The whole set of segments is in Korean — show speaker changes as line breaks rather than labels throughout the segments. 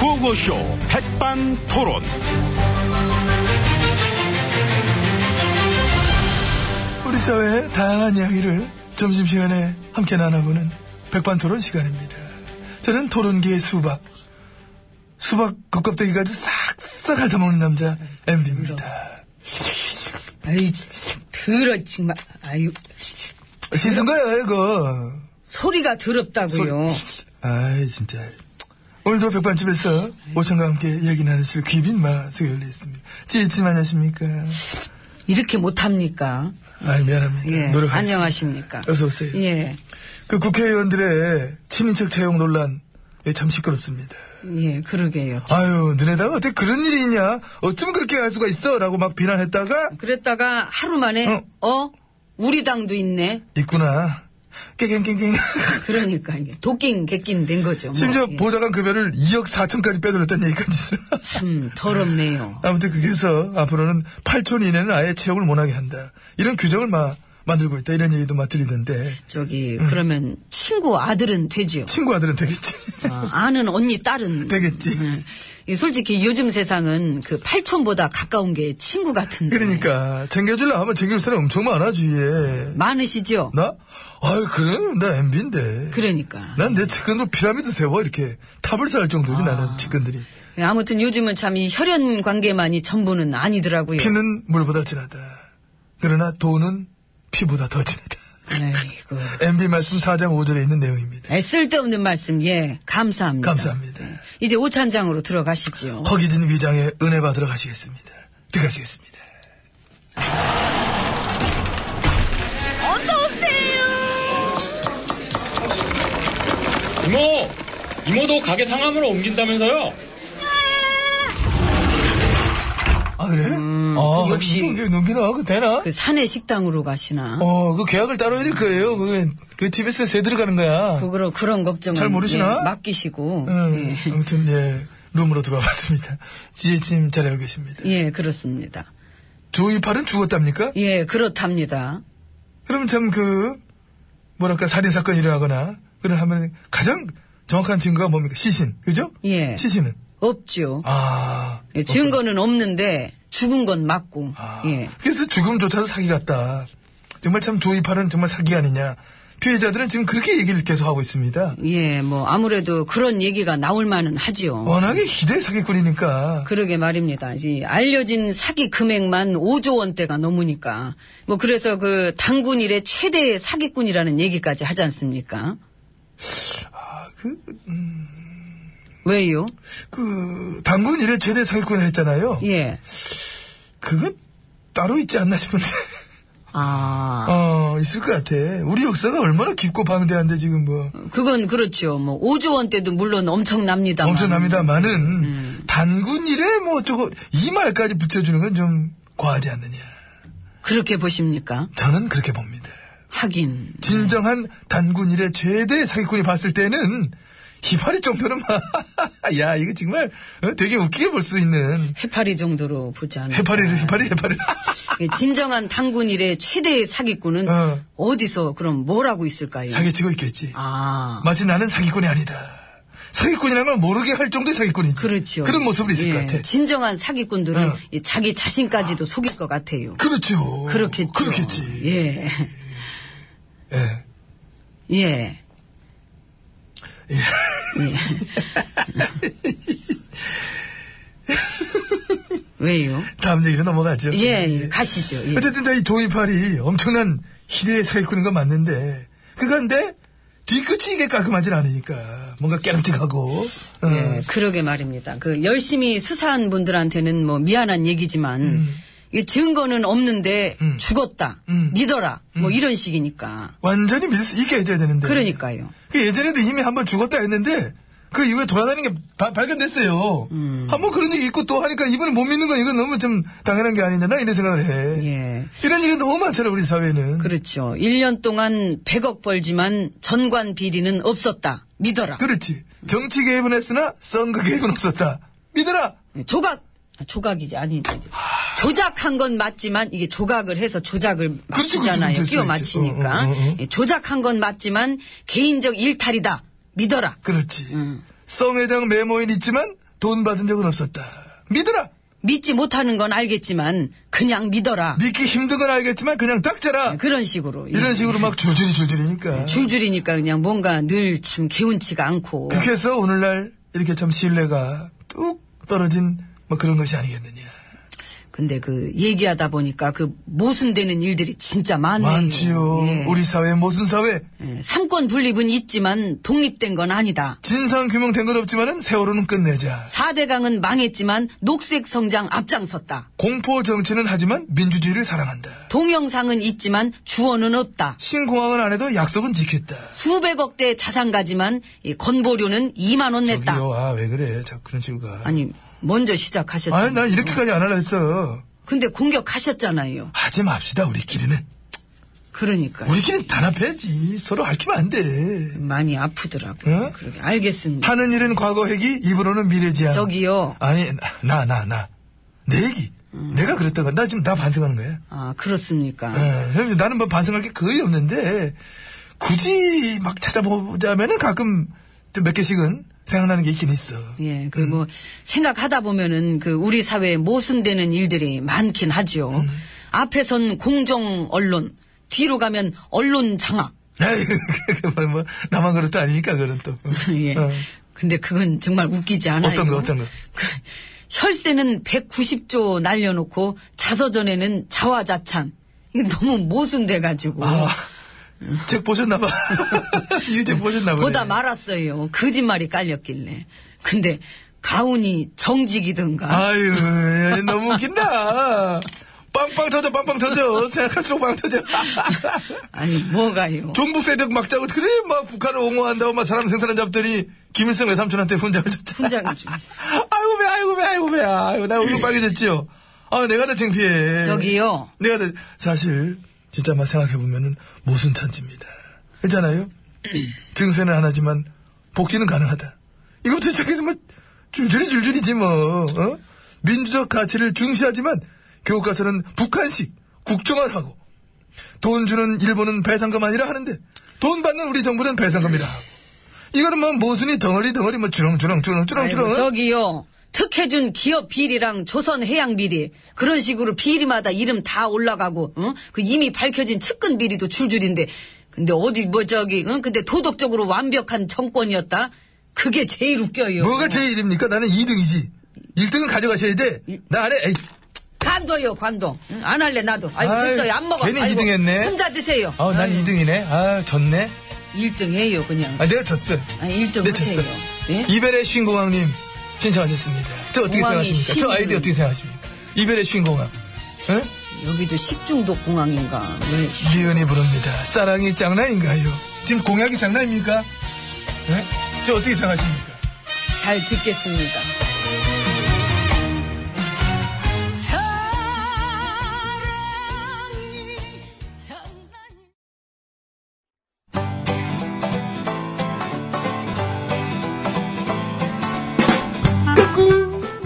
라디오쇼 백반 토론.
우리 사회의 다양한 이야기를 점심시간에 함께 나눠보는 백반토론 시간입니다. 저는 토론계의 수박, 수박 겉껍데기가 아주 싹싹 핥아먹는 남자 MB입니다.
아, 아이, 더러, 정말. 아유,
씻은 거예요 이거.
소리가 더럽다고요.
아이 진짜. 오늘도 백반집에서 오천과 함께 이야기 나누실 귀빈 마소개 올리겠습니다. 찌찌님 안녕하십니까?
이렇게 못합니까?
아이 미안합니다.
예.
네, 노력하겠습니다.
안녕하십니까?
어서 오세요.
예.
그 국회의원들의 친인척 채용 논란 예, 참 시끄럽습니다.
예, 그러게요.
아유, 너네다가 어떻게 그런 일이 있냐? 어쩜 그렇게 할 수가 있어? 라고 막 비난했다가,
그랬다가 하루 만에, 어? 우리 당도 있네?
있구나. 깨갱깽깽.
그러니까, 이게 도끼인 객긴 된 거죠. 뭐.
심지어
예.
보좌관 급여를 2억 4천까지 빼돌렸다는 얘기까지 있어.
참, 더럽네요.
아무튼 그래서 앞으로는 8천 이내는 아예 채용을 못하게 한다. 이런 규정을 막 만들고 있다. 이런 얘기도 맞들리던데.
저기,
음.
그러면 친구 아들은 되지요?
친구 아들은 되겠지.
아, 아는 언니 딸은.
되겠지.
음. 이 솔직히 요즘 세상은 그 8촌보다 가까운 게 친구 같은데.
그러니까 챙겨주려 하면 챙길 사람 엄청 많아 주위에.
많으시죠?
나? 아유 그래? 나 MB인데.
그러니까.
난 내 측근으로 피라미드 세워 이렇게 탑을 쌓을 정도지
아.
나는 측근들이.
예, 아무튼 요즘은 참 이 혈연 관계만이 전부는 아니더라고요.
피는 물보다 진하다. 그러나 돈은 피보다 더 진하다.
아이고.
MB 말씀 4장 5절에 있는 내용입니다.
에, 쓸데없는 말씀, 예. 감사합니다.
감사합니다.
이제 오찬장으로 들어가시지요.
허기진 위장에 은혜 받으러 가시겠습니다. 들어가시겠습니다.
이모! 이모도 가게 상암으로 옮긴다면서요?
아 그래? 아
음, 역시.
이게 넘기나? 그 되나?
그 산의 식당으로 가시나.
어, 그 계약을 따로 해야 될 거예요. 그, 그 TBS에 세 들어가는 거야.
그거로 그런 걱정을
잘 모르시나?
예, 맡기시고.
응, 아무튼 예, 룸으로 들어와 봤습니다. 지혜진님 잘하고 계십니다.
예. 예, 그렇습니다.
조이팔은 죽었답니까?
예, 그렇답니다.
그럼 참 그 뭐랄까 살인 사건이 일어나거나 그런 하면 가장 정확한 증거가 뭡니까? 시신, 그죠?
예.
시신은
없죠.
아,
예, 증거는 없는데 죽은 건 맞고.
아.
예.
그래서 죽음조차도 사기 같다. 정말 참 조이팔은 정말 사기 아니냐? 피해자들은 지금 그렇게 얘기를 계속 하고 있습니다.
예, 뭐 아무래도 그런 얘기가 나올 만은 하지요.
워낙에 희대 사기꾼이니까
그러게 말입니다. 이 알려진 사기 금액만 5조 원대가 넘으니까. 뭐 그래서 그 당군 일의 최대의 사기꾼이라는 얘기까지 하지 않습니까?
그,
왜요?
그 당군 일의 최대 사기꾼을 했잖아요.
예.
그건 따로 있지 않나 싶은데.
아.
어, 있을 것 같아. 우리 역사가 얼마나 깊고 방대한데, 지금 뭐.
그건 그렇죠. 뭐 5조 원대도 물론 엄청납니다.
엄청납니다만은,
음.
단군 일에 뭐 어쩌고, 이 말까지 붙여주는 건 좀 과하지 않느냐.
그렇게 보십니까?
저는 그렇게 봅니다.
하긴.
진정한 단군 일의 최대 사기꾼이 봤을 때는, 희파리 정도는 막, 야, 이거 정말 어, 되게 웃기게 볼 수 있는.
해파리 정도로 보지 않을까.
해파리를, 해파리, 해파리.
예, 진정한 당군 일의 최대의 사기꾼은
어.
어. 디서 그럼 뭘 하고 있을까요?
사기치고 있겠지.
네. 아.
마치 나는 사기꾼이 아니다. 사기꾼이라는 걸 모르게 할 정도의 사기꾼이지.
그렇죠.
그런 모습이 있을
예,
것 같아.
진정한 사기꾼들은
어.
이 자기 자신까지도 속일 것 같아요.
그렇죠.
그렇겠죠.
그렇겠지.
예.
예.
예. 예. 왜요?
다음 얘기로 넘어가죠.
예, 예, 가시죠. 예.
어쨌든 이 조이팔이 엄청난 희대의 사기꾼인 건 맞는데, 그건데, 뒤끝이 이게 깔끔하진 않으니까. 뭔가 깨름직하고. 어.
예, 그러게 말입니다. 그 열심히 수사한 분들한테는 뭐 미안한 얘기지만
음.
이게 증거는 없는데 죽었다, 믿어라, 뭐
음.
이런 식이니까.
완전히 믿을 수 있게 해줘야 되는데.
그러니까요.
그 예전에도 이미 한 번 죽었다 했는데, 그 이후에 돌아다니는 게 바- 발견됐어요.
음.
한 번 그런 얘기 있고 또 하니까 이번에 못 믿는 건 이건 너무 좀 당연한 게 아니냐. 나 이런 생각을 해.
예.
이런 일이 너무 많잖아, 우리 사회는.
그렇죠. 1년 동안 100억 벌지만 전관 비리는 없었다. 믿어라.
그렇지. 정치 개입은 했으나 선거 개입은 없었다. 믿어라.
조각! 아, 조각이지, 아니, 이제. 조작한 건 맞지만, 이게 조각을 해서 조작을
그렇지,
맞추잖아요.
그렇지,
끼워
그렇지, 그렇지.
맞히니까.
어, 어, 어.
예, 조작한 건 맞지만, 개인적 일탈이다. 믿어라. 음.
그렇지. 성 회장 메모엔 있지만 돈 받은 적은 없었다. 믿으라!
믿지 못하는 건 알겠지만 그냥 믿어라.
믿기 힘든 건 알겠지만 그냥 닥쳐라!
음, 그런 식으로. 예.
이런 식으로 막 줄줄이 줄줄이니까.
줄줄이니까 그냥 뭔가 늘 참 개운치가 않고.
그렇게 해서 오늘날 이렇게 참 신뢰가 뚝 떨어진 뭐 그런 것이 아니겠느냐.
근데 그 얘기하다 보니까 그 모순되는 일들이 진짜 많네요.
많지요.
예.
우리 사회, 모순 사회.
예, 삼권 분립은 있지만 독립된 건 아니다.
진상 규명된 건 없지만은 세월호는 끝내자.
4대강은 망했지만 녹색 성장 앞장섰다.
공포 정치는 하지만 민주주의를 사랑한다.
동영상은 있지만 주어는 없다.
신공항은 안 해도 약속은 지켰다.
수백억대 자산가지만 이 건보료는 2만 원 냈다.
저기요, 아, 왜 그래. 자, 그런 식으로 가.
아니 먼저 시작하셨죠.
아니, 나 이렇게까지 안 하려 했어.
근데 공격하셨잖아요.
하지 맙시다, 우리끼리는.
그러니까
우리끼리는 단합해야지. 서로 얽히면 안 돼.
많이 아프더라고요.
어?
그러게 알겠습니다.
하는 일은 과거 핵이, 입으로는 미래지향.
저기요.
아니, 나, 나, 나. 내 얘기.
음.
내가 그랬다고. 나 지금 나 반성하는 거야.
아 그렇습니까?
예, 그럼 나는 뭐 반성할 게 거의 없는데, 굳이 막 찾아보자면은 가끔 좀몇 개씩은 생각나는 게 있긴 있어.
예, 그
음.
뭐 생각하다 보면은 그 우리 사회에 모순되는 일들이 많긴 하지요.
음.
앞에선 공정 언론, 뒤로 가면 언론 장악.
에이, 뭐, 뭐, 나만 그럴 때 아니니까, 그런 또.
예.
어.
근데 그건 정말 웃기지 않아요.
어떤 거, 어떤 거?
그 혈세는 190조 날려놓고 자서전에는 자화자찬. 이게 너무 모순돼가지고.
아, 책 보셨나봐. 이책 보셨나봐.
보다 말았어요. 거짓말이 깔렸길래. 근데 가훈이 정직이든가.
아유, 예, 너무 웃긴다. 빵빵 터져, 빵빵 터져. 생각할수록 빵 터져.
아니, 뭐가요.
정부 세력 막자고, 그래, 막 북한을 옹호한다고, 막 사람 생산한 잡더니, 김일성 외삼촌한테 훈장을 줬잖아.
훈장을 주
아이고 배, 아이고 배, 아이고 배야. 아이고, 나 얼굴 빨개졌지요. 아, 내가 더 창피해.
저기요.
내가 더, 사실, 진짜 막 생각해보면은, 모순 천지입니다. 있잖아요? 증세는 하나지만, 복지는 가능하다. 이것도 시작해서 뭐, 줄줄이 줄줄이지 뭐, 어? 민주적 가치를 중시하지만, 교과서는 북한식, 국정화하고, 돈 주는 일본은 배상금 아니라 하는데, 돈 받는 우리 정부는 배상금이라 하고. 이거는 뭐, 모순이 덩어리 덩어리 뭐, 주렁주렁, 주렁주렁,
아이고,
주렁.
저기요. 특혜준 기업 비리랑 조선 해양 비리 그런 식으로 비리마다 이름 다 올라가고 응? 그 이미 밝혀진 측근 비리도 줄줄인데 근데 어디 뭐 저기 응? 근데 도덕적으로 완벽한 정권이었다 그게 제일 웃겨요.
뭐가 제 일입니까? 나는 2등이지. 1등은 가져가셔야 돼. 나 안에, 에이.
관둬요 관둬 응? 안 할래 나도 아이
아이,
됐어요 안 먹어
괜히
아이고,
이등했네.
혼자 드세요
아우, 난 2등이네. 아, 졌네.
1등 해요 그냥
아, 내가 졌어.
아, 1등
네,
하세요
됐어요.
예?
이별의 쉰공항님, 신청하셨습니다. 저 어떻게
공항이
생각하십니까? 저
신은-
아이디 어떻게 생각하십니까? 이별의 쉰공항. 응?
여기도 식중독 공항인가 왜
리은이 부릅니다. 사랑이 장난인가요? 지금 공약이 장난입니까? 응? 저 어떻게 생각하십니까?
잘 듣겠습니다.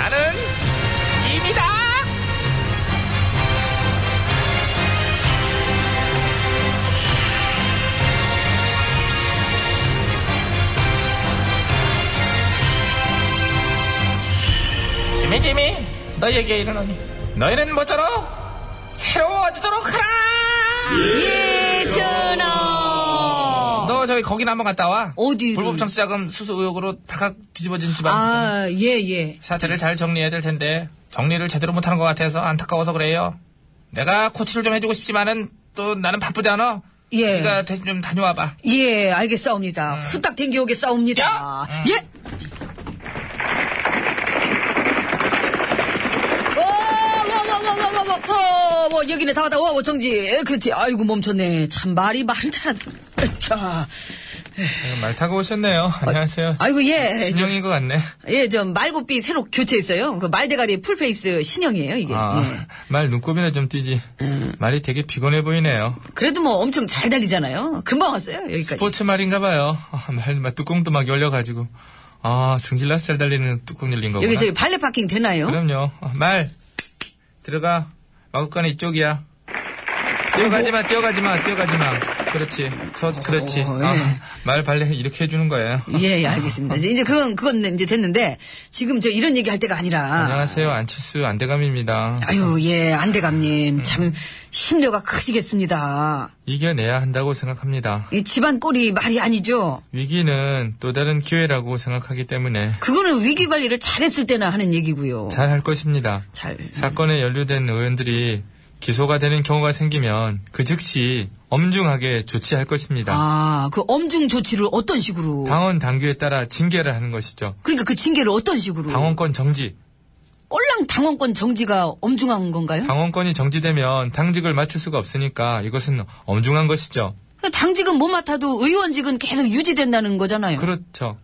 나는 짐이다. 짐이 짐이 너에게 이르노니 너희는 모쪼록 새로워지도록 하라.
예전아.
너 저기 거기나 한번 갔다 와.
어디로?
불법 정치자금 수수 의혹으로 발칵 뒤집어진 집안.
아, 예, 예.
사태를 잘 정리해야 될 텐데 정리를 제대로 못하는 것 같아서 안타까워서 그래요. 내가 코치를 좀 해주고 싶지만은 또 나는 바쁘잖아.
예.
네가 대신 좀 다녀와봐. 네.
예, 알겠사옵니다. 후딱 댕겨오게 싸웁니다.
야!
예! 어, 뭐, 와, 와, 와, 와, 와, 와, 와, 와, 어, 뭐, 여기네, 다 왔다, 와, 와, 정지. 그렇지, 아이고, 멈췄네. 참, 말이 많잘한 자,
아이고, 말 타고 오셨네요. 안녕하세요.
아이고, 예. 저,
진영인 것 같네.
예, 저, 말고삐 새로 교체했어요. 그 말대가리 풀페이스 신형이에요, 이게.
아,
예.
말 눈곱이나 좀 띄지. 말이 되게 피곤해 보이네요.
그래도 뭐 엄청 잘 달리잖아요. 금방 왔어요, 여기까지.
스포츠 말인가 봐요. 아, 말, 막 뚜껑도 막 열려가지고. 아, 승질나서 잘 달리는 뚜껑 열린 거구나.
여기 저기 발레 파킹 되나요?
그럼요. 아, 말! 들어가. 마구간에 이쪽이야. 뛰어가지 마, 뛰어가지 마, 뛰어가지 마. 그렇지. 서, 그렇지.
어, 예.
아, 말 발레 이렇게 해주는 거예요.
예, 예, 알겠습니다. 이제 이제 그건, 그건 이제 됐는데, 지금 저 이런 얘기 할 때가 아니라.
안녕하세요. 안치수 안대감입니다.
아유, 예, 안대감님. 참, 심려가 크시겠습니다.
이겨내야 한다고 생각합니다.
이 집안 꼴이 말이 아니죠?
위기는 또 다른 기회라고 생각하기 때문에
그거는 위기 관리를 잘했을 때나 하는 얘기고요.
잘 할 것입니다.
잘.
사건에 연루된 의원들이 기소가 되는 경우가 생기면 그 즉시 엄중하게 조치할 것입니다.
아, 그 엄중 조치를 어떤 식으로?
당원 당규에 따라 징계를 하는 것이죠.
그러니까 그 징계를 어떤 식으로?
당원권 정지.
꼴랑 당원권 정지가 엄중한 건가요?
당원권이 정지되면 당직을 맡을 수가 없으니까 이것은 엄중한 것이죠.
당직은 못 맡아도 의원직은 계속 유지된다는 거잖아요.
그렇죠.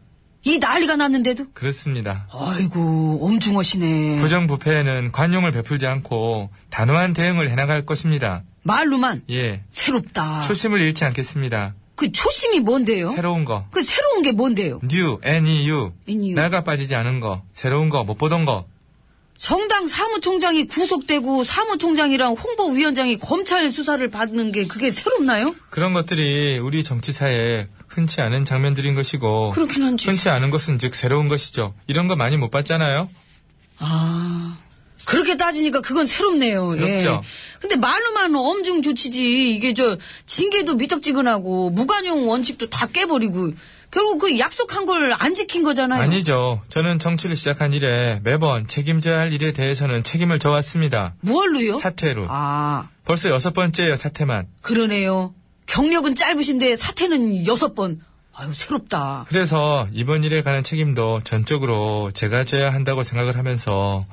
이 난리가 났는데도?
그렇습니다.
아이고, 엄중하시네.
부정부패에는 관용을 베풀지 않고 단호한 대응을 해나갈 것입니다.
말로만
예.
새롭다.
초심을 잃지 않겠습니다.
그 초심이 뭔데요?
새로운 거.
그 새로운 게 뭔데요?
new, NEU.
NEU.
날가 빠지지 않은 거. 새로운 거, 못 보던 거.
정당 사무총장이 구속되고 사무총장이랑 홍보위원장이 검찰 수사를 받는 게 그게 새롭나요?
그런 것들이 우리 정치사에 흔치 않은 장면들인 것이고
그렇긴 한지.
흔치 않은 것은 즉 새로운 것이죠. 이런 거 많이 못 봤잖아요.
아. 그렇게 따지니까 그건 새롭네요.
새롭죠.
예. 근데 말로만 엄중 조치지 이게 저 징계도 미적지근하고 무관용 원칙도 다 깨버리고 결국 그 약속한 걸 안 지킨 거잖아요.
아니죠. 저는 정치를 시작한 이래 매번 책임져야 할 일에 대해서는 책임을 져왔습니다.
무얼로요?
사퇴로.
아,
벌써 여섯 번째예요, 사퇴만.
그러네요. 경력은 짧으신데 사태는 여섯 번. 아유, 새롭다.
그래서 이번 일에 관한 책임도 전적으로 제가 져야 한다고 생각을 하면서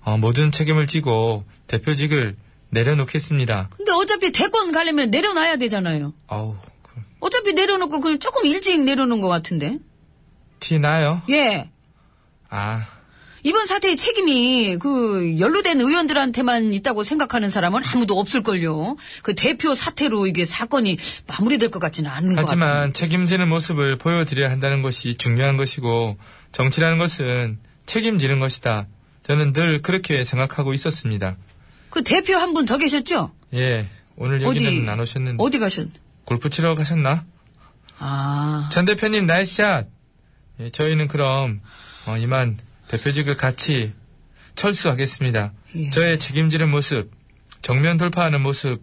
어, 모든 책임을 지고 대표직을 내려놓겠습니다.
근데 어차피 대권 가려면 내려놔야 되잖아요.
아우, 그,
어차피 내려놓고 그냥 조금 일찍 내려놓은 것 같은데.
티 나요?
예.
아,
이번 사태의 책임이 그 연루된 의원들한테만 있다고 생각하는 사람은 아무도 없을걸요. 그 대표 사태로 이게 사건이 마무리될 것 같지는 않은 것 같아요.
하지만 책임지는 모습을 보여드려야 한다는 것이 중요한 것이고 정치라는 것은 책임지는 것이다. 저는 늘 그렇게 생각하고 있었습니다.
그 대표 한 분 더 계셨죠?
예, 오늘 여기는
어디
안 오셨는데
어디 가셨?
골프 치러 가셨나?
아
전 대표님 나이샷. 예, 저희는 그럼 어, 이만 대표직을 같이 철수하겠습니다.
예.
저의 책임지는 모습, 정면 돌파하는 모습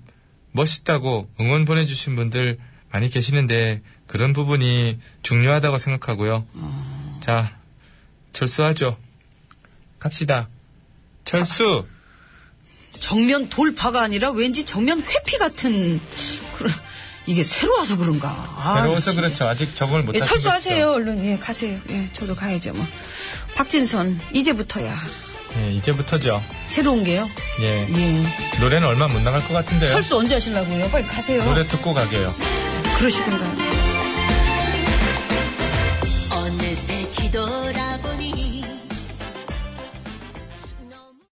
멋있다고 응원 보내주신 분들 많이 계시는데 그런 부분이 중요하다고 생각하고요.
어.
자, 철수하죠. 갑시다. 철수.
정면 돌파가 아니라 왠지 정면 회피 같은 그런 이게 새로 와서 그런가. 아,
새로워서
진짜.
그렇죠. 아직 적응을 못
예,
하신
철수하세요, 얼른. 예, 가세요. 예, 저도 가야죠, 뭐. 박진선, 이제부터야.
것이죠. 예, 이제부터죠.
새로운 게요?
예,
예.
노래는 얼마 못 나갈 것 같은데요.
철수 언제 하시려고요? 빨리 가세요.
노래 듣고 가게요.
그러시든가.